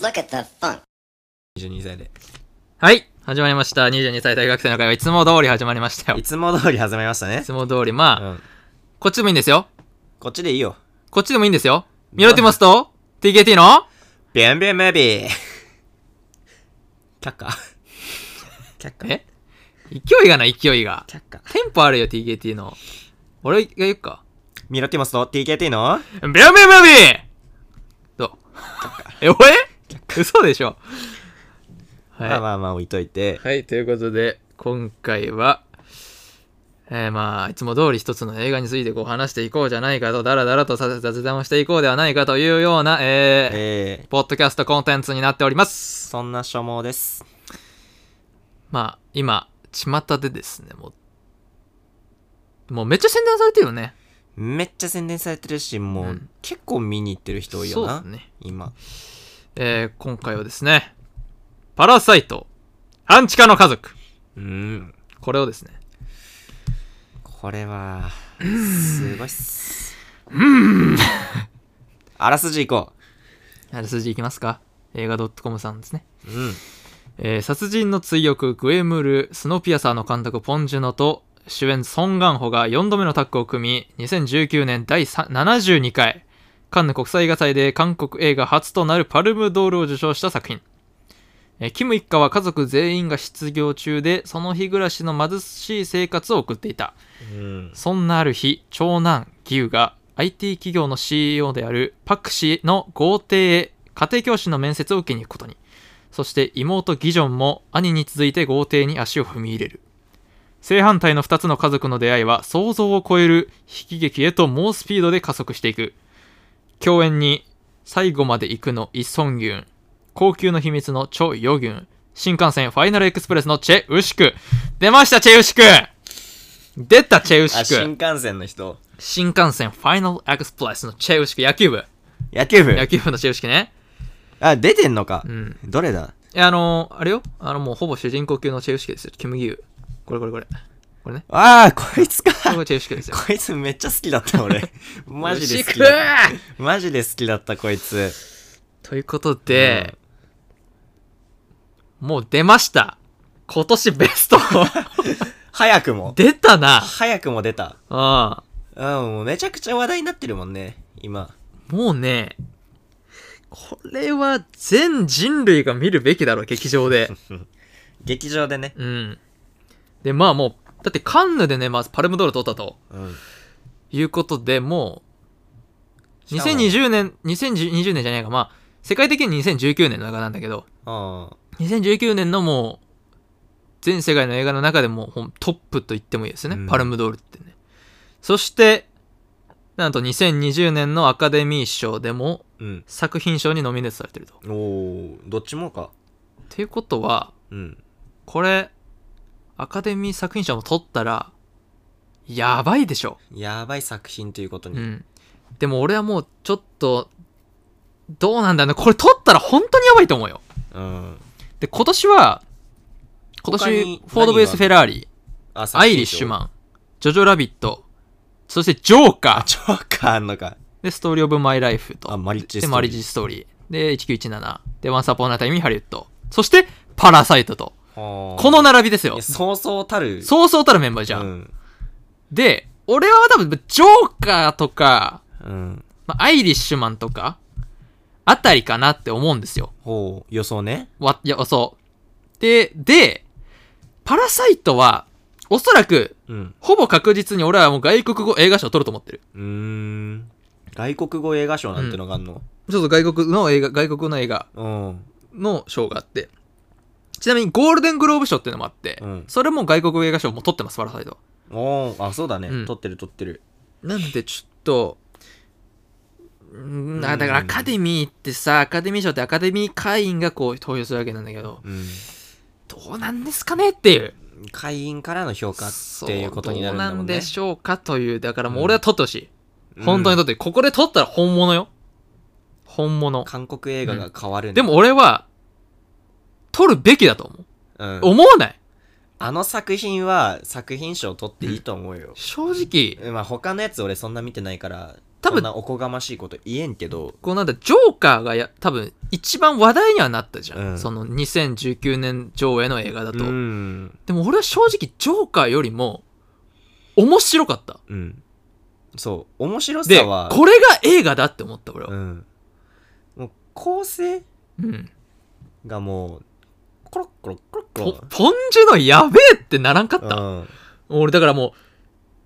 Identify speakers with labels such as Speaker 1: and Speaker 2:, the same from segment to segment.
Speaker 1: Look at the funk.
Speaker 2: 22歳で。
Speaker 3: はい。始まりました。22歳大学生の会はいつも通り始まりましたよ。
Speaker 2: い
Speaker 3: い
Speaker 2: つも通り始めましたね
Speaker 3: つ。も通り、まあ、
Speaker 2: うん。
Speaker 3: こっちでもいいんですよ。
Speaker 2: こっちでいいよ。
Speaker 3: こっちでもいいんですよ。見ろてますと、TKT の
Speaker 2: ビャンビャンベビー。却下却下
Speaker 3: え勢いがない、勢いが。
Speaker 2: 却下。
Speaker 3: テンポあるよ、TKT の。俺が言うか。
Speaker 2: ミロティモスと TKT の
Speaker 3: ビャンビャンビャンビャンどうえ、俺嘘でしょ。はい。
Speaker 2: まあまあまあ置いといて。
Speaker 3: はい、ということで、今回は、えーまあ、いつも通り一つの映画についてこう話していこうじゃないかと、だらだらとさ雑談をしていこうではないかというような、えー
Speaker 2: えー、
Speaker 3: ポッドキャストコンテンツになっております。
Speaker 2: そんな所望です。
Speaker 3: まあ、今、巷でですね、もう、もうめっちゃ宣伝されてるよね。
Speaker 2: めっちゃ宣伝されてるし、もう、
Speaker 3: うん
Speaker 2: 結構見に行ってる人多いよ
Speaker 3: そう
Speaker 2: な。
Speaker 3: ですね。
Speaker 2: 今。
Speaker 3: えー今回はですね、パラサイト、半地下の家族。
Speaker 2: うん。
Speaker 3: これをですね、
Speaker 2: これは、すごいっす。あらすじいこ
Speaker 3: あらすじいきますか映画 .com さんですね。
Speaker 2: う。うん。
Speaker 3: えー殺人の追憶グエムル・スノーピアサーの監督ポン・ジュノと主演ソン・ガンホが4度目のタッグを組み2019年第3 72回カンヌ国際映画祭で韓国映画初となるパルムドールを受賞した作品、えーキム一家は家族全員が失業中でその日暮らしの貧しい生活を送っていた
Speaker 2: うん。
Speaker 3: そんなある日、長男、義勇が IT 企業の CEO であるパク氏の豪邸へ家庭教師の面接を受けに行くことに。そして妹ギジョンも兄に続いて豪邸に足を踏み入れる。正反対の2つの家族の出会いは想像を超える悲劇へと猛スピードで加速していく。共演に最後まで行くのイ・ソンギュン、高級の秘密のチョ・ヨギュン、新幹線ファイナルエクスプレスのチェ・ウシク。出ました、チェ・ウシク出た、チェ・ウシ
Speaker 2: あ、
Speaker 3: ク。
Speaker 2: 新幹線の人。
Speaker 3: 新幹線ファイナルエクスプレスのチェウシク野球部
Speaker 2: 野球部
Speaker 3: 野球部のチェウシクね
Speaker 2: あ、出てんのか。
Speaker 3: うん
Speaker 2: どれだ
Speaker 3: いやあのーあれよあのもうほぼ主人公級のチェウシクですよキムギユこれこれこれこれね
Speaker 2: ああ、こいつか。
Speaker 3: これチェウシクですよ
Speaker 2: こいつめっちゃ好きだった 俺。 マジで好き
Speaker 3: ウシ
Speaker 2: だ。
Speaker 3: ク
Speaker 2: マジで好きだったこいつ。
Speaker 3: ということで、もう出ました今年ベスト
Speaker 2: 早くも。
Speaker 3: 出たな
Speaker 2: 早くも出た。
Speaker 3: あ
Speaker 2: うん、もうめちゃくちゃ話題になってるもんね。今。
Speaker 3: もうねこれは全人類が見るべきだろう劇 場で
Speaker 2: 劇場でね。
Speaker 3: うんでまあもうだってカンヌでねまずパルムドール取ったと
Speaker 2: うん。
Speaker 3: いうことで、もう、
Speaker 2: しかも
Speaker 3: 2020年、2020年じゃないか、まあ、世界的に2019年の中なんだけど、
Speaker 2: あ
Speaker 3: 2019年のもう、全世界の映画の中でもうほんトップと言ってもいいですよね。
Speaker 2: うん
Speaker 3: パルムドールってね。そして、なんと2020年のアカデミー賞でも
Speaker 2: うん。
Speaker 3: 作品賞にノミネートされてると。
Speaker 2: おおどっちもか。
Speaker 3: っていうことは、
Speaker 2: うん。
Speaker 3: これ、アカデミー作品賞も取ったら、やばいでしょ。
Speaker 2: やばい作品ということ
Speaker 3: う
Speaker 2: に。
Speaker 3: ん。でも俺はもうちょっと、どうなんだろうね。これ撮ったら本当にやばいと思うよ。
Speaker 2: うん。
Speaker 3: で、今年は、今
Speaker 2: 他に
Speaker 3: 年、フォード・ベース・フェラーリ、
Speaker 2: あ、作
Speaker 3: ア
Speaker 2: 品賞
Speaker 3: イリッシュマン、ジョジョ・ラビット、そしてジョーカー、
Speaker 2: ジョーカーあんのか。
Speaker 3: で、ストーリー・オブ・マイ・ライフと、
Speaker 2: あ、マリッジ
Speaker 3: で、
Speaker 2: ストーリー
Speaker 3: マリッジ・ストーリー、で、1917、で、ワンサポーナー・タイム・ハリウッド、そして、パラサイトと。
Speaker 2: こ
Speaker 3: この並びですよ。
Speaker 2: そうそうたる。
Speaker 3: そうそうたるメンバーじゃ
Speaker 2: う
Speaker 3: ん。
Speaker 2: ん。
Speaker 3: で、俺は多分、ジョーカーとか、
Speaker 2: うん。
Speaker 3: まあ、アイリッシュマンとか、あたりかなって思うんですよ。
Speaker 2: ほう、予想ね。
Speaker 3: わ、いや、そう。で、で、パラサイトは、おそらく、
Speaker 2: うん。
Speaker 3: ほぼ確実に俺はもう外国語映画賞を取ると思ってる。
Speaker 2: うーん。外国語映画賞なんてのがあんの、
Speaker 3: ちょっと外国の映画、外国の映画
Speaker 2: うん。
Speaker 3: の賞があって。ちなみにゴールデングローブ賞っていうのもあって、
Speaker 2: うん
Speaker 3: それも外国語映画賞も取ってます、パラサイト。
Speaker 2: おーあ、そうだね。
Speaker 3: うん
Speaker 2: 撮ってる撮ってる。
Speaker 3: なんでちょっと、うん
Speaker 2: ん
Speaker 3: あだからアカデミーってさ、アカデミー賞ってアカデミー会員がこう投票するわけなんだけど、
Speaker 2: うん。
Speaker 3: どうなんですかねっていう。
Speaker 2: 会員からの評価っていうことになるんだ
Speaker 3: そうど
Speaker 2: も
Speaker 3: うなんん
Speaker 2: ね。
Speaker 3: でしょうかという、だからもう
Speaker 2: うん
Speaker 3: 俺は撮ってほしい。本当に
Speaker 2: う
Speaker 3: 撮
Speaker 2: ん
Speaker 3: って、ここで撮ったら本物よ。本物。
Speaker 2: 韓国映画が変わるんだ
Speaker 3: でも、俺は、撮るべきだと思う。
Speaker 2: うん
Speaker 3: 思わない
Speaker 2: あの作品は作品賞取っていいと思うよ。
Speaker 3: 正直、
Speaker 2: まあ他のやつ俺そんな見てないから、
Speaker 3: 多
Speaker 2: こ
Speaker 3: 分
Speaker 2: んなおこがましいこと言えんけど
Speaker 3: こうなんだジョーカーがや多分一番話題にはなったじゃん、
Speaker 2: うん
Speaker 3: その2019年上映の映画だと、
Speaker 2: うん
Speaker 3: でも俺は正直ジョーカーよりも面白かった
Speaker 2: うんそう面白
Speaker 3: で
Speaker 2: さは
Speaker 3: これが映画だって思った俺
Speaker 2: う
Speaker 3: は
Speaker 2: ん、もう構成
Speaker 3: うん
Speaker 2: がもうコロッコロッコロッコ
Speaker 3: ポ
Speaker 2: ロ
Speaker 3: ポンジュのやべえってならんかった、
Speaker 2: うん
Speaker 3: 俺だからも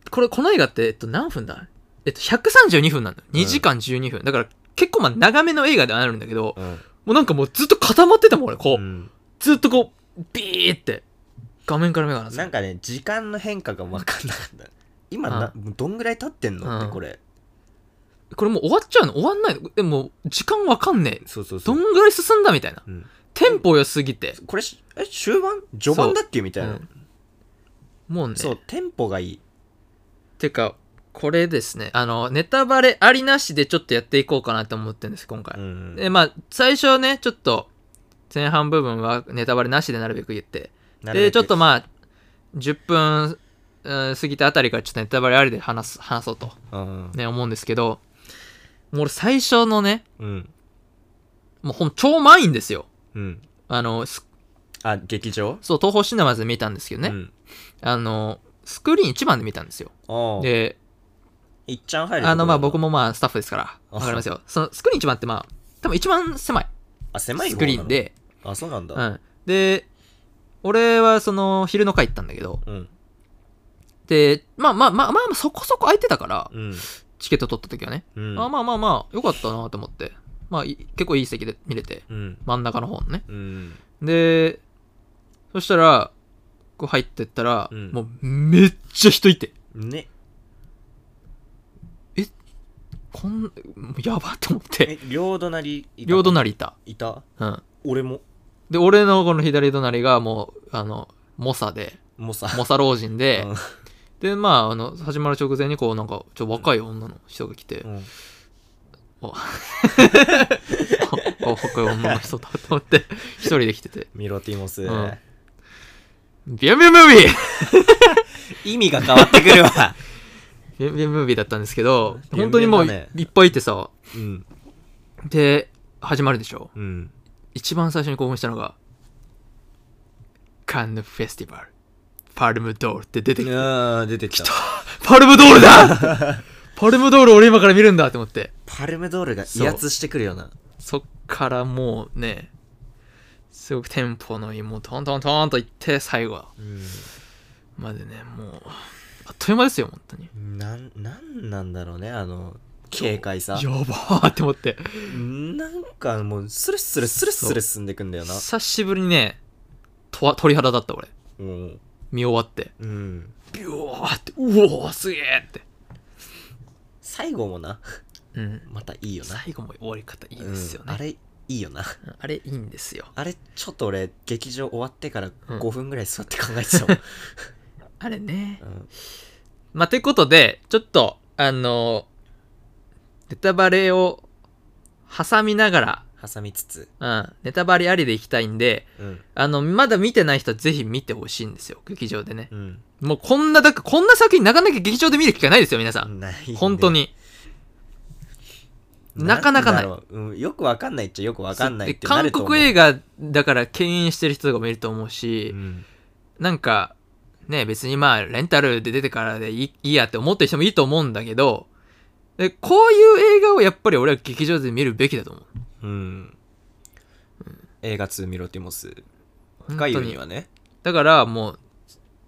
Speaker 3: うこれこの映画って、えっと、何分だえっと132分なんだよ
Speaker 2: うん
Speaker 3: 2時間12分、だから結構まあ長めの映画ではなるんだけど
Speaker 2: うん
Speaker 3: もうなんかもうずっと固まってたもん俺こ
Speaker 2: う
Speaker 3: う、
Speaker 2: ん
Speaker 3: ずっとこうビーって画面から目が離せ
Speaker 2: なんかね時間の変化が分かんなかった今などんぐらい経ってんのっ
Speaker 3: うん
Speaker 2: てこれ
Speaker 3: これもう終わっちゃうの終わんないのでも時間わかんねえ
Speaker 2: そうそうそ
Speaker 3: ど
Speaker 2: うん
Speaker 3: ぐらい進んだみたいな
Speaker 2: うん
Speaker 3: テンポ良すぎて、
Speaker 2: これしえ終盤序盤だっけみたいな
Speaker 3: うんもうね
Speaker 2: そうテンポがいい
Speaker 3: てかこれですねあのネタバレありなしでちょっとやっていこうかなと思ってるんです今回、
Speaker 2: うん
Speaker 3: でまあ最初はねちょっと前半部分はネタバレなしでなるべく言って
Speaker 2: なるべ
Speaker 3: で
Speaker 2: く
Speaker 3: ちょっとまあ10分うん過ぎたあたりからちょっとネタバレありで話す話そうと
Speaker 2: うん
Speaker 3: ね思うんですけどもう俺最初のね
Speaker 2: うん
Speaker 3: もうほん超満員ですよ
Speaker 2: うん
Speaker 3: あのす
Speaker 2: あ劇場
Speaker 3: そう東宝シネマズで見たんですけどね、
Speaker 2: うん
Speaker 3: あのスクリーン1番で見たんですよ
Speaker 2: ああ
Speaker 3: で
Speaker 2: いっちゃん入る
Speaker 3: あの、まあ僕
Speaker 2: も
Speaker 3: もまあスタッフですから、
Speaker 2: あ
Speaker 3: わかりますよ。そのスクリーン一番ってまあ、多分一番狭い
Speaker 2: あ狭い
Speaker 3: ス
Speaker 2: 方な
Speaker 3: ク
Speaker 2: の
Speaker 3: リーンで、
Speaker 2: あそうなんだ
Speaker 3: うん。で、俺はその昼の会行ったんだけど、
Speaker 2: うん
Speaker 3: で、まあまあまあまあまあそこそこ空いてたから、
Speaker 2: うん
Speaker 3: チケット取った時はね、
Speaker 2: うん
Speaker 3: あまあまあまあ、よかったなと思って、まあい結構いい席で見れて、
Speaker 2: うん
Speaker 3: 真ん中の方のね。
Speaker 2: うん
Speaker 3: で、そしたら、こう入ってったら、
Speaker 2: うん
Speaker 3: もうめっちゃ人いて、
Speaker 2: ね
Speaker 3: こん、もうやばって思って、
Speaker 2: え両隣いた
Speaker 3: 両隣いた。
Speaker 2: いた
Speaker 3: うん。
Speaker 2: 俺も
Speaker 3: で、俺のこの左隣がもう、あの、猛者で、
Speaker 2: もうさ
Speaker 3: 猛者老人で
Speaker 2: う、
Speaker 3: で、まあ、あの、始まる直前にこう、なんか、ちょ、若い女の人が来て、
Speaker 2: んうん
Speaker 3: お若い女の人だと思って、一人で来てて、
Speaker 2: ミロティモス、
Speaker 3: うんビュンビュンムービー
Speaker 2: 意味が変わってくるわ
Speaker 3: ビュンビュンムービーだったんですけど、
Speaker 2: ビュ
Speaker 3: 本
Speaker 2: ン
Speaker 3: 当
Speaker 2: ビ
Speaker 3: に
Speaker 2: ュン
Speaker 3: も
Speaker 2: だ
Speaker 3: う
Speaker 2: ね
Speaker 3: いいっぱいいてさ、
Speaker 2: うん
Speaker 3: で、始まるでしょ。
Speaker 2: うん
Speaker 3: 一番最初に興奮したのが、カンヌフェスティバル、パルムドールって出てきて、
Speaker 2: あー出てきた
Speaker 3: パルムドールだ パルムドール俺今から見るんだって思って。
Speaker 2: パルムドールが
Speaker 3: そう
Speaker 2: 威圧してくるよな
Speaker 3: そっからもうね、すごくテンポのいい、もうトントントンといって、最後までね、もう、あっという間ですよ、本当に。
Speaker 2: うんなんなんなんだろうねあの警戒さ
Speaker 3: やばーって思って。
Speaker 2: なんかもうスルスルスルスル進んでくんだよな
Speaker 3: 久しぶりにね、とわ鳥肌だった俺。
Speaker 2: うん
Speaker 3: 見終わって。
Speaker 2: うん
Speaker 3: ビュワーって、うおー、すげえって。
Speaker 2: 最後もな
Speaker 3: うん。
Speaker 2: またいいよな
Speaker 3: 最後も終わり方いいですよ
Speaker 2: うんあ
Speaker 3: ね。
Speaker 2: れいいよな
Speaker 3: うんあれいいんですよ。
Speaker 2: あれちょっと俺劇場終わってから
Speaker 3: うん
Speaker 2: 5分ぐらい座って考えてたもん、
Speaker 3: あれね。
Speaker 2: うん
Speaker 3: まあ、てことで、ちょっと、あのー、ネタバレを挟みなが
Speaker 2: 挟みつつ、
Speaker 3: ら、うん、ネタバレありでいきたいんで、
Speaker 2: うん
Speaker 3: あの、まだ見てない人はぜひ見てほしいんですよ、劇場でね。
Speaker 2: うん、
Speaker 3: もうこんな、だからこんな作品なかなか劇場で見る機会ないですよ、皆さん。
Speaker 2: ないね
Speaker 3: 本当に。なかなかない
Speaker 2: んだろううん、よくわかんないっちゃよくわかんないってな
Speaker 3: 韓
Speaker 2: ると思う
Speaker 3: 国映画だから敬遠してる人がもいると思うし、
Speaker 2: うん
Speaker 3: なんか、ね、別にまあ、レンタルで出てからでいいいいやって思ってる人もいいと思うんだけど、でこういう映画をやっぱり俺は劇場で見るべきだと思う。
Speaker 2: うん映画2ミロティモス
Speaker 3: 本当
Speaker 2: が
Speaker 3: に
Speaker 2: 言うにはね
Speaker 3: だからもう、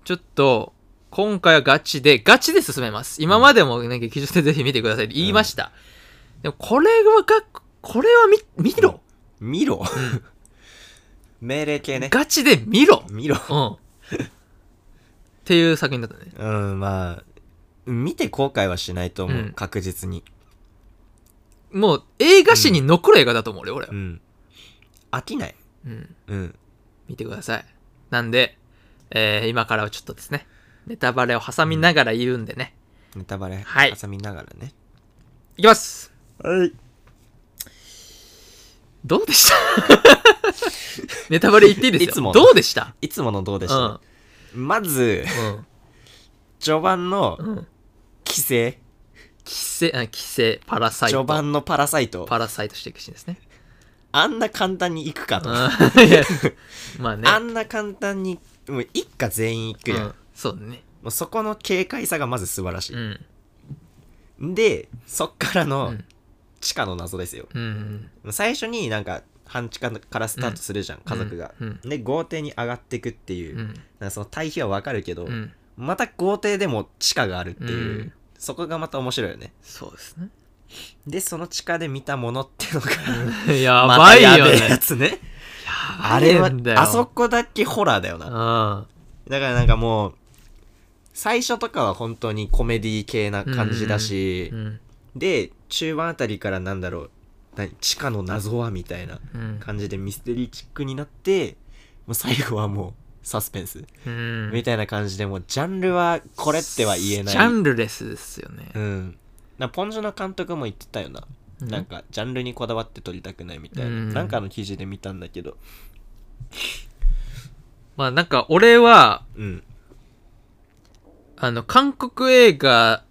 Speaker 3: ちょっと、今回はガチで、ガチで進めます。今までもね、劇場でぜひ見てくださいって言いました。でも、これはが、これは見、見ろ、
Speaker 2: 見ろ命令系ね
Speaker 3: ガチで見ろ
Speaker 2: 見ろ
Speaker 3: うん。っていう作品だったね。
Speaker 2: うんまあ見て後悔はしないと思う、
Speaker 3: うん
Speaker 2: 確実に
Speaker 3: もう、映画史に残る映画だと思うよ、俺は
Speaker 2: う。ん飽きない
Speaker 3: うん。
Speaker 2: うん
Speaker 3: 見てください。なんで、えー今からはちょっとですね、ネタバレを挟みながら言うんでね。
Speaker 2: ネタバレ
Speaker 3: はい
Speaker 2: 挟みながらね
Speaker 3: いきます
Speaker 2: はい
Speaker 3: どうでした ネタバレ言っていいですよ。
Speaker 2: いつもの
Speaker 3: どうでした
Speaker 2: いつものどうで
Speaker 3: で
Speaker 2: した、まず
Speaker 3: うん。
Speaker 2: 序盤の
Speaker 3: うん。
Speaker 2: 規制
Speaker 3: 寄生あ寄生パラサイ
Speaker 2: 序
Speaker 3: ト
Speaker 2: 盤のパラサイト
Speaker 3: パラサイトしていくシーンですね
Speaker 2: あんな簡単に行くかと、
Speaker 3: うん いやまあね
Speaker 2: あんな簡単にもう一家全員行くやん、
Speaker 3: うん
Speaker 2: も
Speaker 3: そうだね
Speaker 2: うそこの軽快さがまず素晴らしい、
Speaker 3: うん
Speaker 2: でそっから
Speaker 3: う
Speaker 2: の
Speaker 3: ん
Speaker 2: 地下の謎ですよ、
Speaker 3: うん
Speaker 2: 最初になんか半地下からスタートするじゃん、家族が、
Speaker 3: うん
Speaker 2: で豪邸に上がってくっていうう、
Speaker 3: んう
Speaker 2: なん
Speaker 3: ん
Speaker 2: かその対比はわかるけど、
Speaker 3: うん
Speaker 2: また豪邸でも地下があるっていう、
Speaker 3: うん
Speaker 2: そこがまた面白いよね
Speaker 3: そうで すね
Speaker 2: でその地下で見たものってのが
Speaker 3: や
Speaker 2: ま
Speaker 3: ば
Speaker 2: た
Speaker 3: い
Speaker 2: や
Speaker 3: よ
Speaker 2: べ
Speaker 3: ね
Speaker 2: えやつねあ
Speaker 3: あ
Speaker 2: れは
Speaker 3: だよ
Speaker 2: あそこだけホラーだよ
Speaker 3: う
Speaker 2: なん
Speaker 3: あ
Speaker 2: だからなんかもう最初とかは本当にコメディ系な感じだし、
Speaker 3: うん
Speaker 2: で中盤あたりからなんだろう何地下の謎はみたいな
Speaker 3: うん
Speaker 2: 感じでミステリーチックになってもう最後はもうサスペンス
Speaker 3: うん
Speaker 2: みたいな感じでもうジャンルはこれっては言えない
Speaker 3: ジャンルレスですよね
Speaker 2: うんなポンジョの監督も言ってたよな、なんかジャンルにこだわって撮りたくないみたいな、
Speaker 3: うん
Speaker 2: なんかの記事で見たんだけど
Speaker 3: まあなんか俺は
Speaker 2: うん
Speaker 3: あの韓国映画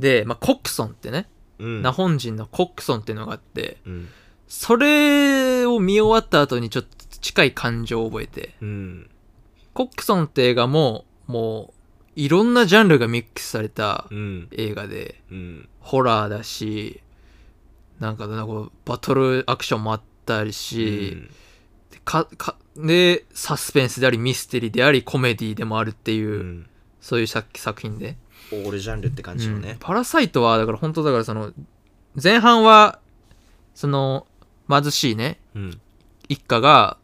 Speaker 3: で、まあ、コックソンってね、
Speaker 2: うん
Speaker 3: 日本人のコックソンっていうのがあって
Speaker 2: うん
Speaker 3: それを見終わった後にちょっと近い感情を覚えて
Speaker 2: うん
Speaker 3: コックソンって映画ももういろんなジャンルがミックスされた
Speaker 2: うん
Speaker 3: 映画で
Speaker 2: うん
Speaker 3: ホラーだしなんかなんかこうバトルアクションもあったりし、でかかでサスペンスでありミステリーでありコメディでもあるっていう、
Speaker 2: うん
Speaker 3: そういう作作品で、
Speaker 2: オールジャンルって感じよ
Speaker 3: うん
Speaker 2: ね、
Speaker 3: パラサイトはだから本当だからその前半はその貧しいね
Speaker 2: うん
Speaker 3: 一家が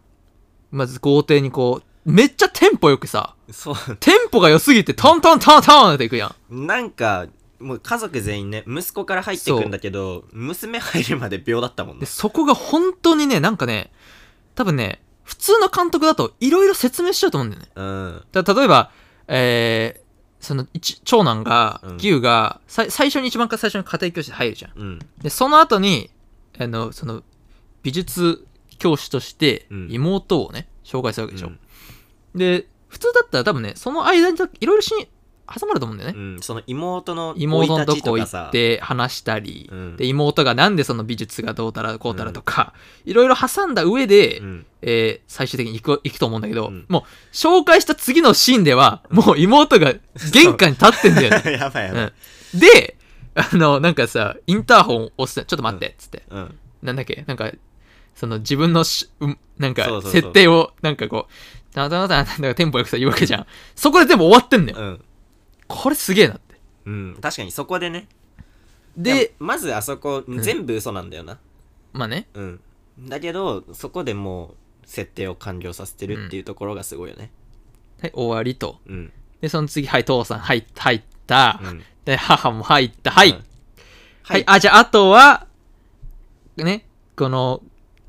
Speaker 3: まず豪邸にこうめっちゃテンポよくさ
Speaker 2: そう
Speaker 3: テンポが良すぎてトントントントンっていくやん
Speaker 2: なんかもう家族全員ね息子から入ってくんだけど娘入るまで秒だったもん
Speaker 3: で
Speaker 2: ね
Speaker 3: そこが本当にねなんかね多分ね普通の監督だといろいろ説明しちゃうと思うんだよね
Speaker 2: うん
Speaker 3: だ例えばえーその一長男が
Speaker 2: うん
Speaker 3: 牛が、さ最初に一番最初に家庭教師で入るじゃん
Speaker 2: うん
Speaker 3: でその後にあのその美術教師として
Speaker 2: うん
Speaker 3: 妹をね、紹介するわけでしょ、
Speaker 2: うん
Speaker 3: で普通だったら多分ねその間にいろいろし挟まると思うんだよ
Speaker 2: う
Speaker 3: ね、
Speaker 2: ん、その妹の
Speaker 3: 妹
Speaker 2: 生
Speaker 3: の
Speaker 2: い
Speaker 3: と
Speaker 2: 立ちと
Speaker 3: こ
Speaker 2: か
Speaker 3: 行
Speaker 2: さ
Speaker 3: って話したり、
Speaker 2: うん
Speaker 3: で妹がなんでその美術がどうたらこうたらとかいろいろ挟んだ上で、
Speaker 2: うん
Speaker 3: えー最終的に行く行くと思うんだけど、
Speaker 2: うん
Speaker 3: もう紹介した次のシーンではもう妹が玄関に立ってんだよね
Speaker 2: やばいやばい、
Speaker 3: うんであのなんかさインターホン押して「ちょっと待って」っつって、
Speaker 2: うん
Speaker 3: なんだっけなんか、その自分のし、うん、なん
Speaker 2: そう
Speaker 3: か、
Speaker 2: そうそう
Speaker 3: 設定を、なんかこう、たたたたなんかテンポよくさ、言うわけじゃん。そこで全部終わってんのよ。
Speaker 2: うん
Speaker 3: これすげえなって。
Speaker 2: うん、確かにそこでね
Speaker 3: で、
Speaker 2: やまずあそこ
Speaker 3: ん
Speaker 2: 全部嘘なんだよな
Speaker 3: まあね、
Speaker 2: うん、だけどそこでもう設定を完了させてるっていうところがすごいよね
Speaker 3: はい、終わりと。
Speaker 2: うん
Speaker 3: で、その次、はい、父さん、はい、入った
Speaker 2: う。ん
Speaker 3: で、母も入った。はい。
Speaker 2: うん
Speaker 3: はい、あ、じゃあ、あとは、ね、この、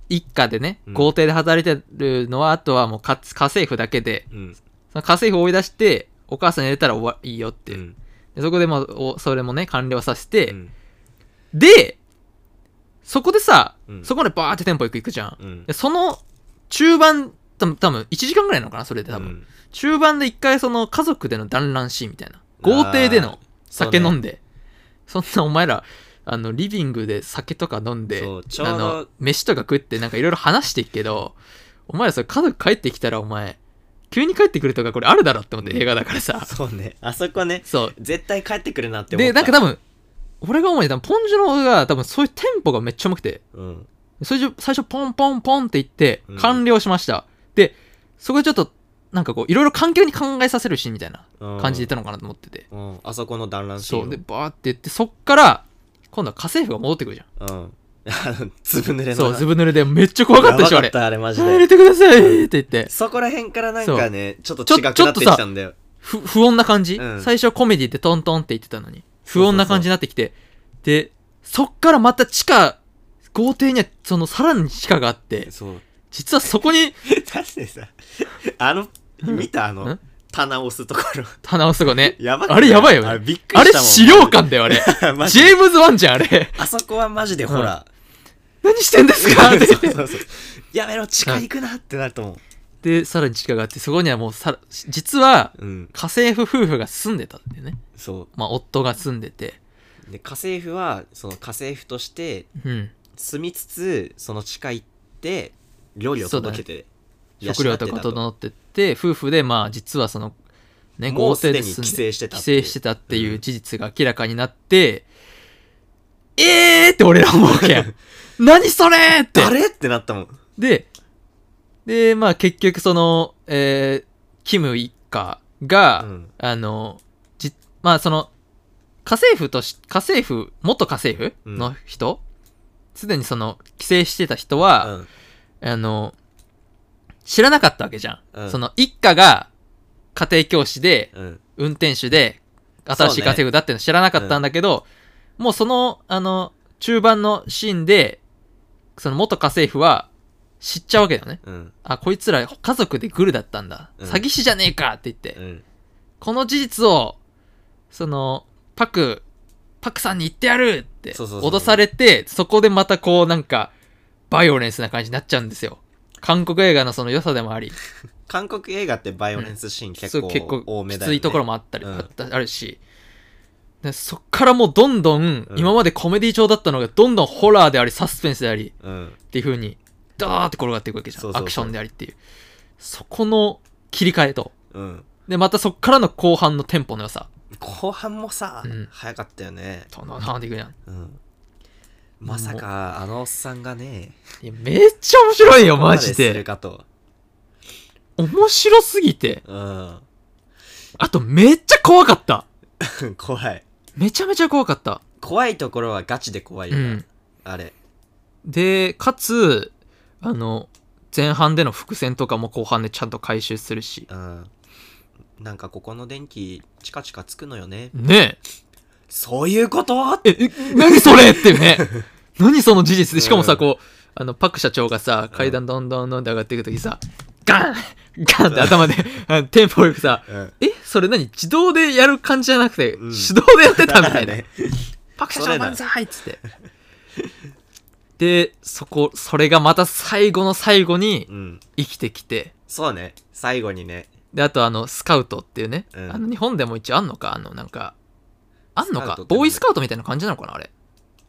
Speaker 3: 一家でね
Speaker 2: う、ん
Speaker 3: 豪邸で働いてるのは、あとはもうか、家政婦だけで、
Speaker 2: うん
Speaker 3: その家政婦を追い出して、お母さんに入れたら終わいいよっ
Speaker 2: う
Speaker 3: て。
Speaker 2: ん
Speaker 3: でそこでもう、おそれもね、完了させて、
Speaker 2: うん
Speaker 3: で、そこでさ、
Speaker 2: うん
Speaker 3: そこまでバーってテンポよく行くじゃん。
Speaker 2: うん
Speaker 3: でその中盤、多分多分1時間ぐらいなのかな、それで多分。
Speaker 2: うん
Speaker 3: 中盤で一回その家族での団らんシーンみたいな。豪邸での
Speaker 2: そう
Speaker 3: 酒
Speaker 2: ね
Speaker 3: 飲んで。そ,、んなお前ら、あの、リビングで酒とか飲んで、
Speaker 2: そうちょうど
Speaker 3: あの、飯とか食ってなんかいろいろ話していくけど、お前らそれ家族帰ってきたらお前、急に帰ってくるとかこれあるだろって思って、
Speaker 2: うん
Speaker 3: 映画だからさ。
Speaker 2: そうねあそこね
Speaker 3: そう。
Speaker 2: 絶対帰ってくるなって思っ
Speaker 3: で、
Speaker 2: た
Speaker 3: なんか多分、俺が思うに多分、ポンジュノが多分そういうテンポがめっちゃうまくて、
Speaker 2: うん
Speaker 3: それじゃ最初ポンポンポンって言って
Speaker 2: うん
Speaker 3: 完了しました、でそこでちょっとなんかこういろいろ環境に考えさせるしみたいな
Speaker 2: うん
Speaker 3: 感じでいたのかなと思ってて、
Speaker 2: うんあそこの団らんシーンを
Speaker 3: そうでバーって言ってそっから今度は家政婦が戻ってくるじゃ
Speaker 2: うんあの ずぶ濡れ
Speaker 3: ん
Speaker 2: の
Speaker 3: そうずぶ濡れでめっちゃ怖かったでしょ
Speaker 2: や
Speaker 3: あ
Speaker 2: ば
Speaker 3: れ
Speaker 2: ったあれマジ
Speaker 3: 入
Speaker 2: で
Speaker 3: れてくださいって言って
Speaker 2: そこら辺からなんかねちょっと
Speaker 3: ちょ
Speaker 2: 違くなってきたんだよ
Speaker 3: ふ不穏な感じ、
Speaker 2: うん
Speaker 3: 最初コメディでトントンって言ってたのに
Speaker 2: そう
Speaker 3: 不
Speaker 2: そうそう
Speaker 3: 穏な感じになってきてでそっからまた地下豪邸にはそのさらに地下があって
Speaker 2: そう
Speaker 3: 実はそこに
Speaker 2: だってさあの見たあ
Speaker 3: う
Speaker 2: の
Speaker 3: ん
Speaker 2: 棚押すところ
Speaker 3: 棚をすごいね
Speaker 2: やばかった
Speaker 3: あれやばいよね
Speaker 2: あれびっくり
Speaker 3: あれ
Speaker 2: したもん
Speaker 3: 資料館だよあれ
Speaker 2: マジ
Speaker 3: ジ
Speaker 2: で
Speaker 3: ェームズ・ワンじゃん、あ れ。
Speaker 2: あそこはマジでほら、
Speaker 3: 何してんですか
Speaker 2: そ
Speaker 3: っ
Speaker 2: う
Speaker 3: て言っ
Speaker 2: そ
Speaker 3: て。
Speaker 2: うそうやめろ地下行くなってなると思う
Speaker 3: で、さらに地下があって、そこにはもうさら、実は、
Speaker 2: うん
Speaker 3: 家政婦夫婦が住んでたんだよね。
Speaker 2: そ
Speaker 3: まあ、夫が住んでて。
Speaker 2: で家政婦はその家政婦として
Speaker 3: うん
Speaker 2: 住みつつその地下行って料理を届けて養って
Speaker 3: 食料とか整ってって夫婦でまあ実はそのね
Speaker 2: もう
Speaker 3: 豪
Speaker 2: す
Speaker 3: 邸
Speaker 2: で
Speaker 3: で
Speaker 2: に
Speaker 3: 住
Speaker 2: 帰
Speaker 3: ん
Speaker 2: 省
Speaker 3: で
Speaker 2: してた
Speaker 3: 帰
Speaker 2: っ
Speaker 3: 省
Speaker 2: ていう
Speaker 3: してたっていう事実が明らかになって、えーって俺ら思うわけやん 何それーっ て
Speaker 2: 誰ってなったもん
Speaker 3: で、で、まあ結局その、えーキム一家が、
Speaker 2: うん
Speaker 3: あの、じ、まあその、家政婦とし、家政婦、元家政婦
Speaker 2: うん
Speaker 3: の人すで、にその、帰省してた人は、
Speaker 2: うん
Speaker 3: あの、知らなかったわけじゃん。
Speaker 2: うん
Speaker 3: その、一家が家庭教師で、
Speaker 2: うん
Speaker 3: 運転手で、新しい家政婦だっていうの知らなかったんだけど、もうその、あの、中盤のシーンで、その元家政婦は知っちゃうわけだよね。
Speaker 2: うん
Speaker 3: あ、こいつら家族でグルだったんだ。
Speaker 2: うん
Speaker 3: 詐欺師じゃねえかって言って、
Speaker 2: うん
Speaker 3: この事実を、その、パク、パクさんに言ってやるって
Speaker 2: そうそうそう
Speaker 3: 脅されて、そこでまたこうなんか、バイオレンスな感じになっちゃうんですよ。韓国映画のその良さでもあり、
Speaker 2: 韓国映画ってバイオレンスシーン結
Speaker 3: そう結
Speaker 2: 構
Speaker 3: 構
Speaker 2: 多め
Speaker 3: き
Speaker 2: だよね
Speaker 3: ついところもあったり、
Speaker 2: うん
Speaker 3: あったあるしでそっからもうどんどん
Speaker 2: うん
Speaker 3: 今までコメディ調だったのがどんどんホラーでありサスペンスであり
Speaker 2: うん
Speaker 3: っていう風にダーって転がっていくわけじゃん
Speaker 2: そうそうそう
Speaker 3: アクションでありっていうそこの切り替えと
Speaker 2: うん
Speaker 3: でまたそっからの後半のテンポの良さ
Speaker 2: 後半もさ、
Speaker 3: うん
Speaker 2: 早かったよね、
Speaker 3: どんどんどんどんっていくじゃん
Speaker 2: うん、まさかあのおっさんがね
Speaker 3: いやめっちゃ面白いよマジ
Speaker 2: ここまでする
Speaker 3: で
Speaker 2: かと、
Speaker 3: 面白すぎて
Speaker 2: うん、
Speaker 3: あとめっちゃ怖かった
Speaker 2: 怖い
Speaker 3: めちゃめちゃ怖かった
Speaker 2: 怖いところはガチで怖いうよな、
Speaker 3: ん
Speaker 2: あれ
Speaker 3: でかつあの前半での伏線とかも後半でちゃんと回収するし
Speaker 2: うんなんかここの電気チカチカつくのよね
Speaker 3: ね
Speaker 2: そういうこと
Speaker 3: えええ何それっていうね何その事実でしかも
Speaker 2: う
Speaker 3: さ
Speaker 2: ん
Speaker 3: こうあのパク社長がさ階段どんどんどんって上がっていく時さガンガンって頭であのテンポよくさ
Speaker 2: うん
Speaker 3: えそれ何自動でやる感じじゃなくて、
Speaker 2: うん
Speaker 3: 手動でやってたみた
Speaker 2: だから
Speaker 3: いな、
Speaker 2: ね
Speaker 3: パク社
Speaker 2: そ
Speaker 3: 長
Speaker 2: れだ
Speaker 3: 万歳っつって でそこそれがまた最後の最後に
Speaker 2: うん
Speaker 3: 生きてきて、
Speaker 2: そうね最後にね
Speaker 3: で、あとあの、スカウトっていうね、
Speaker 2: うん
Speaker 3: あの日本でも一応あんのか、あの、なんか、あんの
Speaker 2: スカウ
Speaker 3: か
Speaker 2: トっ、てなんだ
Speaker 3: ボーイスカウトみたいな感じなのかな、あれ。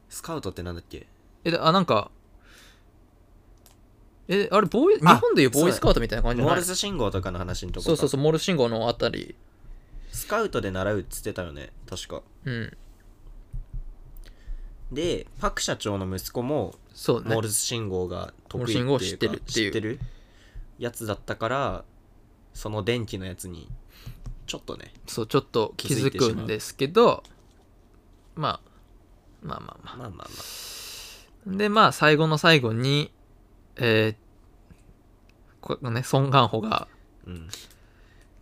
Speaker 2: スカウトってなんだっけ
Speaker 3: え、であ、なんか、え、あれ、ボーイ、日
Speaker 2: あ
Speaker 3: 本でいうボーイスカウトみたいな感じじゃ
Speaker 2: モー
Speaker 3: ない
Speaker 2: ルス信号とかの話のとこ
Speaker 3: そうそう
Speaker 2: そ
Speaker 3: そう、モールス信号のあたり、
Speaker 2: うスカウトで習うっつってたよね確か
Speaker 3: うん、
Speaker 2: でパク社長の息子も
Speaker 3: そうね
Speaker 2: モー。ルス信号が得意っていうか
Speaker 3: モールス信号を知ってるってい
Speaker 2: 知
Speaker 3: う
Speaker 2: ってるやつだったからその電気のやつにちょっとね
Speaker 3: そう、ちょっと気
Speaker 2: 気づい
Speaker 3: づ
Speaker 2: てしまう
Speaker 3: くんですけど、まあ、まあま
Speaker 2: まあ。
Speaker 3: あまあ
Speaker 2: まあまあ
Speaker 3: で、まあ、最後の最後に、えー、こね、ソン・ガンホが、
Speaker 2: うん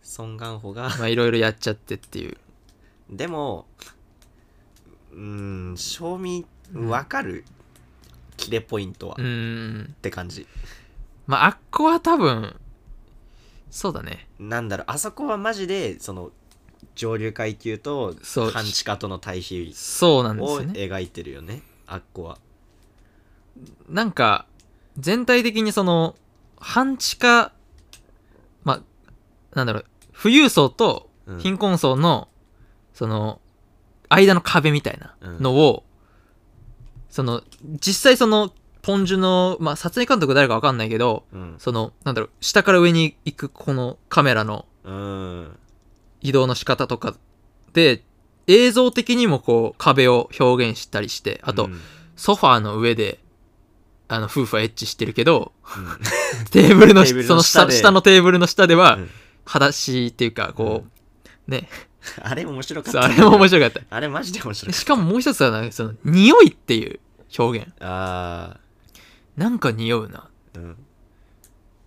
Speaker 2: ソン・ガンホが
Speaker 3: まあ、いろいろやっちゃってっていう。
Speaker 2: でもうーん賞味
Speaker 3: うん
Speaker 2: わかるキレポイントは、
Speaker 3: う
Speaker 2: っ
Speaker 3: ーん。
Speaker 2: て感じ
Speaker 3: まあ、あっこは多分、そうだね。
Speaker 2: なんだろうあそこはマジでその上流階級と
Speaker 3: そう
Speaker 2: 半地下との対比
Speaker 3: そうなんです
Speaker 2: を
Speaker 3: よね。
Speaker 2: 描いてるよねあっこは
Speaker 3: なんか、全体的にその、半地下、まあ、なんだろう、富裕層と
Speaker 2: うん
Speaker 3: 貧困層の、その、間の壁みたいなのを、その、実際その、ポンジュの、まあ、撮影監督誰かわかんないけど、
Speaker 2: うん
Speaker 3: その、なんだろう、下から上に行くこのカメラの
Speaker 2: うん
Speaker 3: 移動の仕方とかで映像的にもこう壁を表現したりしてあと、
Speaker 2: うんうん
Speaker 3: ソファーの上であの夫婦はエッチしてるけど テーブルの
Speaker 2: テーブルの
Speaker 3: その
Speaker 2: 下
Speaker 3: 下
Speaker 2: で
Speaker 3: 下のテーブルの下では、
Speaker 2: うん
Speaker 3: 裸足っていうかこう、ね
Speaker 2: あれ面白かっ
Speaker 3: そう
Speaker 2: た
Speaker 3: あれも面
Speaker 2: 白
Speaker 3: 白かった
Speaker 2: あれマジで面白
Speaker 3: で
Speaker 2: かっ
Speaker 3: しかももう一つはなんかその匂いっていう表現
Speaker 2: たあ
Speaker 3: なんか匂うな
Speaker 2: ーうん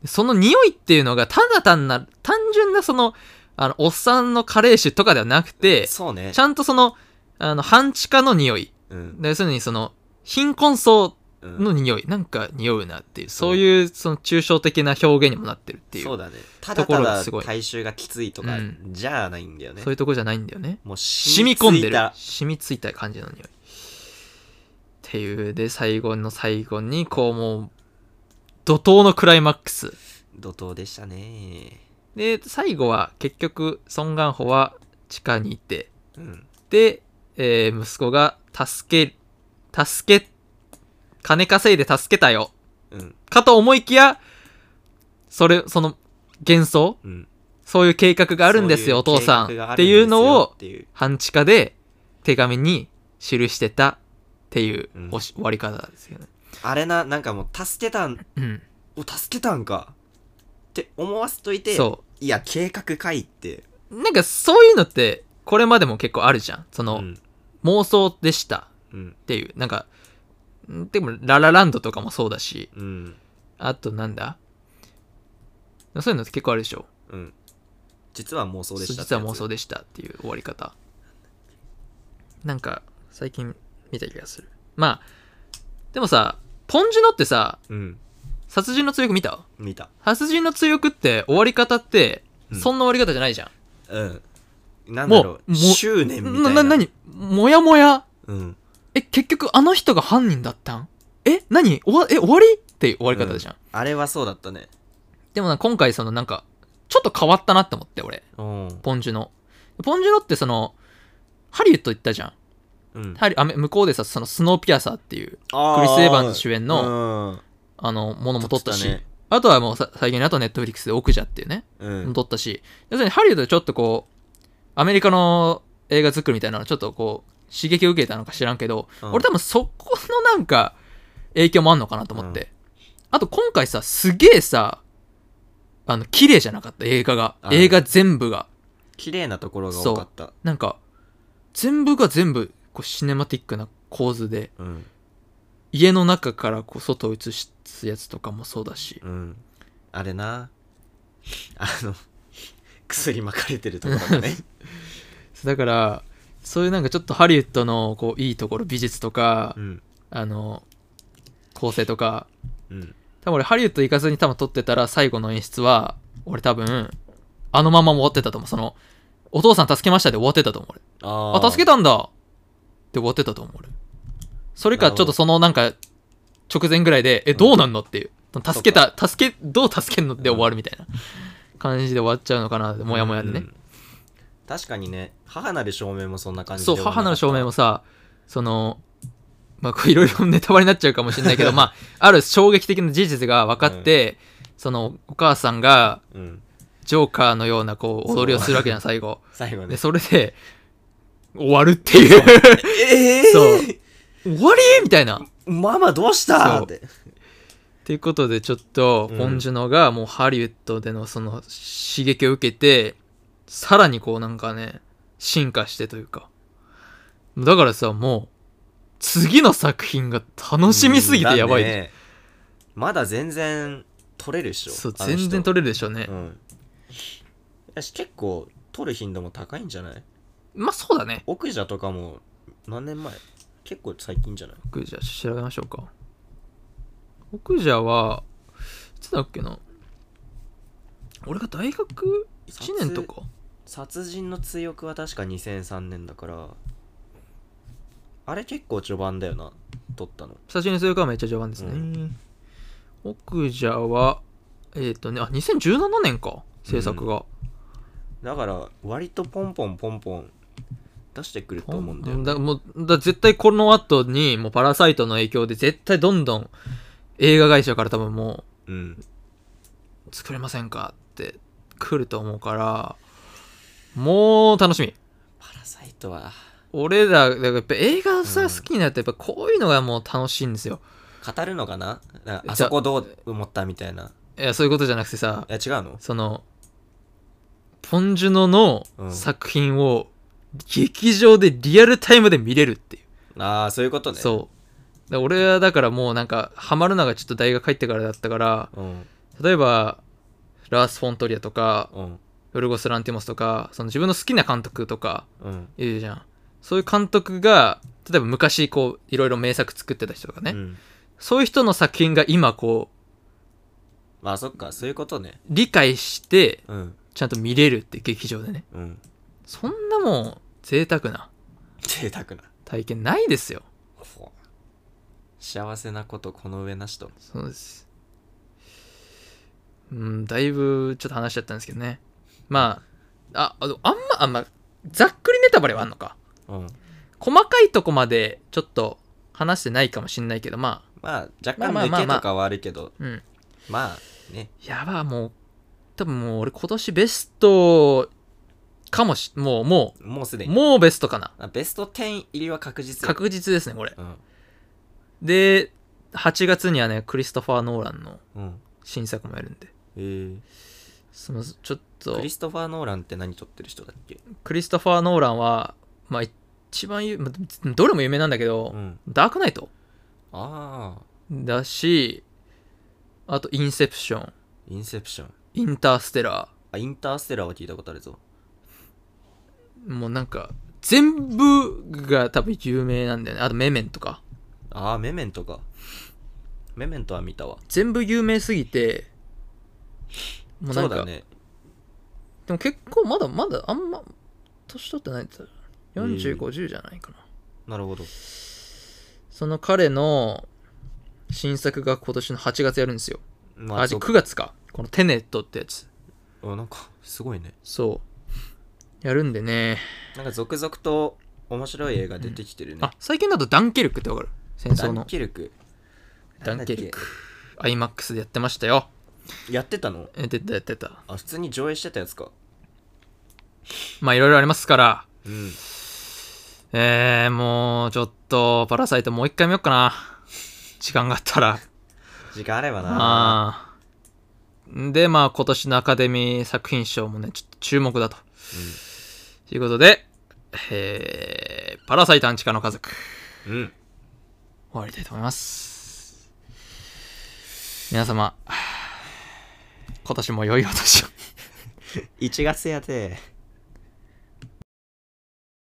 Speaker 3: その匂いっていうのがただ単な単純なそのあのおっさんの加齢臭とかではなくて
Speaker 2: そうね
Speaker 3: ちゃんとそのあの半地下の匂い
Speaker 2: うん
Speaker 3: 要するにその貧困層
Speaker 2: うん
Speaker 3: の匂いなんか匂うなっていう
Speaker 2: そう
Speaker 3: そういうその抽象的な表現にもなってるっていう
Speaker 2: そ
Speaker 3: そうう
Speaker 2: だねただ
Speaker 3: とこ
Speaker 2: た
Speaker 3: ろが
Speaker 2: だ
Speaker 3: すごい
Speaker 2: 体臭がきついとか
Speaker 3: うん
Speaker 2: じゃないんだよね
Speaker 3: いうとこじゃないんだよね
Speaker 2: もう染
Speaker 3: 染み込んで
Speaker 2: みつい
Speaker 3: る
Speaker 2: た
Speaker 3: 染みついた感じの匂いっていうで最後の最後にこうもう怒涛のクライマックス
Speaker 2: 怒涛でしたね
Speaker 3: で最後は結局ソン・ガンホは地下にいて
Speaker 2: うん
Speaker 3: で、えー息子が、助け、助け、金稼いで助けたよ。
Speaker 2: うん
Speaker 3: かと思いきや、それ、その、幻想
Speaker 2: うん
Speaker 3: そういう計画があるんですよ、お
Speaker 2: そうい
Speaker 3: 父
Speaker 2: う計画
Speaker 3: さん。
Speaker 2: があ
Speaker 3: っ
Speaker 2: る
Speaker 3: て
Speaker 2: ん
Speaker 3: いう
Speaker 2: です
Speaker 3: の
Speaker 2: よ
Speaker 3: を
Speaker 2: っ、ていう
Speaker 3: 半地下で手紙に記してたっていう
Speaker 2: うん
Speaker 3: おし終わり方ですよね。
Speaker 2: あれななんかもう助けたん
Speaker 3: うん。
Speaker 2: お助けたんかって思わせといて
Speaker 3: そ
Speaker 2: いや計画かいって
Speaker 3: う。なんかそういうのって、これまでも結構あるじゃん。そうの、
Speaker 2: ん
Speaker 3: 妄想でした
Speaker 2: うん
Speaker 3: っていう。なんか、んでも、ララランドとかもそうだし、
Speaker 2: うん
Speaker 3: あとなんだそういうのって結構あるでしょ。
Speaker 2: うん実は妄想でした
Speaker 3: 実は妄想
Speaker 2: で
Speaker 3: でしたっていう終わり方なんか最近見た気がするまあでもさポンジュノってさ
Speaker 2: うん
Speaker 3: 殺人の追憶見た
Speaker 2: 見た
Speaker 3: 殺人の追憶って終わり方って
Speaker 2: うん
Speaker 3: そんな終わり方じゃないじゃん、
Speaker 2: うんなんだろう
Speaker 3: もう
Speaker 2: 執念みたいな
Speaker 3: な何もやもや
Speaker 2: うん
Speaker 3: え結局あの人が犯人だったんえ何おわえ終わりって終わり方じゃん、
Speaker 2: あれはそうだったね
Speaker 3: でもな今回そのなんかちょっと変わったなって思って俺
Speaker 2: うん
Speaker 3: ポンジュノポンジュノってそのハリウッド行ったじゃん
Speaker 2: うん
Speaker 3: ハリあめ向こうでさそのスノーピアサーってい
Speaker 2: ク
Speaker 3: うクリス・エヴァンズ主演の、
Speaker 2: の
Speaker 3: あの、ものも撮ったし、
Speaker 2: 撮ってたね
Speaker 3: あとはもうさ最近だとネットフリックスで奥じゃっていうね、
Speaker 2: うん
Speaker 3: 撮ったし、要するにハリウッドでちょっとこう、アメリカの映画作りみたいなのちょっとこう、刺激を受けたのか知らんけど、
Speaker 2: うん
Speaker 3: 俺多分そこのなんか、影響もあんのかなと思って。あと今回さ、すげえさ、あの、綺麗じゃなかった映画が
Speaker 2: う。ん
Speaker 3: 映画全部が。
Speaker 2: 綺麗なところが多かった
Speaker 3: なんか、全部が全部、こう、シネマティックな構図で、
Speaker 2: うん
Speaker 3: 家の中からこう外を映すやつとかもそうだし、
Speaker 2: うんあれな あの薬巻かれてるところが ね
Speaker 3: だからそういうなんかちょっとハリウッドのこういいところ美術とか、
Speaker 2: うん
Speaker 3: あの構成とか
Speaker 2: うん
Speaker 3: 多分俺ハリウッド行かずに多分撮ってたら最後の演出は俺多分あのまま終わってたと思うそのお父さん助けましたで終わってたと思う俺
Speaker 2: あ
Speaker 3: あ助け
Speaker 2: た
Speaker 3: たんだって終わってたと思う俺それかちょっとそのなんか直前ぐらいでえどうなんのっていう助けた助けどう助けんのって終わるみたいな感じで終わっちゃうのかなもやもやでね、
Speaker 2: 確かにね母なる証明もそんな感じで
Speaker 3: そう
Speaker 2: 終わ
Speaker 3: 母なる証明
Speaker 2: かっ
Speaker 3: もさそのまあこういろいろネタバレになっちゃうかもしれない けどまあある衝撃的な事実が分かって、そのお母さんが
Speaker 2: たうん
Speaker 3: ジョーカーのようなこう踊りをするわけじゃん最 後
Speaker 2: 最後
Speaker 3: で
Speaker 2: ね
Speaker 3: それで終わるっていう
Speaker 2: ええ
Speaker 3: そう 終わりみたいな
Speaker 2: ママどうしたって
Speaker 3: っていうことでちょっと
Speaker 2: うん
Speaker 3: ポンジュノがもうハリウッドでのその刺激を受けてさらにこうなんかね進化してというかだからさもう次の作品が楽しみすぎてやばい、
Speaker 2: うんだねまだ全然取れるでしょ
Speaker 3: そう全然
Speaker 2: 取
Speaker 3: 撮れるでしょうね
Speaker 2: れ、うん私結構取る頻度も高いんじゃない
Speaker 3: まあそうだね
Speaker 2: 奥じゃとかも何年前結構最近じゃない
Speaker 3: 奥じゃ調べましょうか奥じゃはいつだっけな俺が大学1年とか
Speaker 2: 殺人の追憶は確か2003年だからあれ結構序盤だよな撮ったの
Speaker 3: 写真にするかはめっちゃ序盤ですね、
Speaker 2: うん
Speaker 3: 奥じゃはえっ、とねあ2017年か制作が、
Speaker 2: だから割とポンポンポンポン出してくると思うんだよね
Speaker 3: だもうだ絶対この後にもうパラサイトの影響で絶対どんどん映画会社から多分も
Speaker 2: うん
Speaker 3: う作れませんかって来ると思うからもう楽しみ
Speaker 2: パラサイトは
Speaker 3: 俺らだからやっぱ映画さ、
Speaker 2: うん
Speaker 3: 好きになってやっぱこういうのがもう楽しいんですよ
Speaker 2: 語るのかなだからあそこどう思ったみたいない
Speaker 3: やそういうことじゃなくてさ
Speaker 2: いや違うの
Speaker 3: そのポンジュノの
Speaker 2: うん
Speaker 3: 作品を劇場でリアルタイムで見れるっていう
Speaker 2: ああそういうことね
Speaker 3: そう。だ俺はだからもうなんか、ハマるのがちょっと大学入ってからだったから、
Speaker 2: ううん
Speaker 3: 例えば、ラース・フォントリアとか、
Speaker 2: うん
Speaker 3: ヨルゴス・ランティモスとか、その自分の好きな監督とか、
Speaker 2: うん
Speaker 3: いるじゃん。そういう監督が、例えば昔こう、いろいろ名作作ってた人とかね、
Speaker 2: うん
Speaker 3: そういう人の作品が今こう、
Speaker 2: まあそっかそういうことね
Speaker 3: 理解して、
Speaker 2: うん
Speaker 3: ちゃんと見れるって劇場でね。
Speaker 2: うん
Speaker 3: そんなもん、贅沢な
Speaker 2: 贅沢な
Speaker 3: 体験ないですよ。
Speaker 2: ほう幸せなことこの上なしと
Speaker 3: そうです。うん、だいぶちょっと話しちゃったんですけどね。まあ、あ、あのあんま、あんま、ざっくりネタバレはあんのか。
Speaker 2: うん
Speaker 3: 細かいとこまでちょっと話してないかもしんないけどま
Speaker 2: まあ若
Speaker 3: まあまあ
Speaker 2: 干
Speaker 3: まあ
Speaker 2: 抜け
Speaker 3: まあ
Speaker 2: とかはあるけど
Speaker 3: あうん
Speaker 2: まあね
Speaker 3: やばいもう多分もう俺今年ベストかもしもうも
Speaker 2: もうすで
Speaker 3: う
Speaker 2: に
Speaker 3: もうベストかな
Speaker 2: あベスト10入りは確実よ
Speaker 3: 確実ですねこれ
Speaker 2: うん
Speaker 3: で8月にはねクリストファー・ノーランの
Speaker 2: うん
Speaker 3: 新作もやるんで
Speaker 2: えー
Speaker 3: そのちょっと
Speaker 2: クリストファー・ノーランって何撮ってる人だっけ
Speaker 3: クリストファー・ノーランは、まあ、一番有、まあどれも有名なんだけど、
Speaker 2: うん
Speaker 3: ダークナイト
Speaker 2: ああ
Speaker 3: だし、あと、インセプション、
Speaker 2: インセプション
Speaker 3: インターステラ
Speaker 2: あインターステラーは聞いたことあるぞ
Speaker 3: ー、もうなんか、全部が多分有名なんだよね。あと、メメンとか。
Speaker 2: ああメメントかメメントは見たわ
Speaker 3: 全部有名すぎて、もうな
Speaker 2: そ
Speaker 3: ん
Speaker 2: う
Speaker 3: か、
Speaker 2: だね
Speaker 3: でも結構まだまだあんま、年取ってないんだよ40、
Speaker 2: えー
Speaker 3: 50じゃないかな。
Speaker 2: なるほど
Speaker 3: その彼の新作が今年の8月やるんですよ。
Speaker 2: ま
Speaker 3: あ、
Speaker 2: あ
Speaker 3: じ
Speaker 2: そ
Speaker 3: ゃ
Speaker 2: う
Speaker 3: あ9月か。このテネットってやつ。
Speaker 2: あなんかすごいね
Speaker 3: そう。やるんでね。
Speaker 2: なんか続々と面白い映画出てきてるね、
Speaker 3: あ、最近だとダンケルクってわかる戦
Speaker 2: ダ
Speaker 3: 争
Speaker 2: ン
Speaker 3: の。
Speaker 2: ケルク
Speaker 3: ダンケル
Speaker 2: なんだ
Speaker 3: ク。IMAX でやってましたよ。
Speaker 2: っけやってたの
Speaker 3: え、出てた、やってた。
Speaker 2: あ普通に上映してたやつか
Speaker 3: まあ、いろいろありますから。
Speaker 2: うん
Speaker 3: えー、もう、ちょっと、パラサイトもう一回見よっかな。時間があったら。
Speaker 2: 時間あればな
Speaker 3: あーで、まあ、今年のアカデミー作品賞もね、ちょっと注目だと。ということで、えー、パラサイトアンチカの家族。
Speaker 2: うん、うん、
Speaker 3: 終わりたいと思います。皆 様、今年も良いお年を。
Speaker 2: 1月やて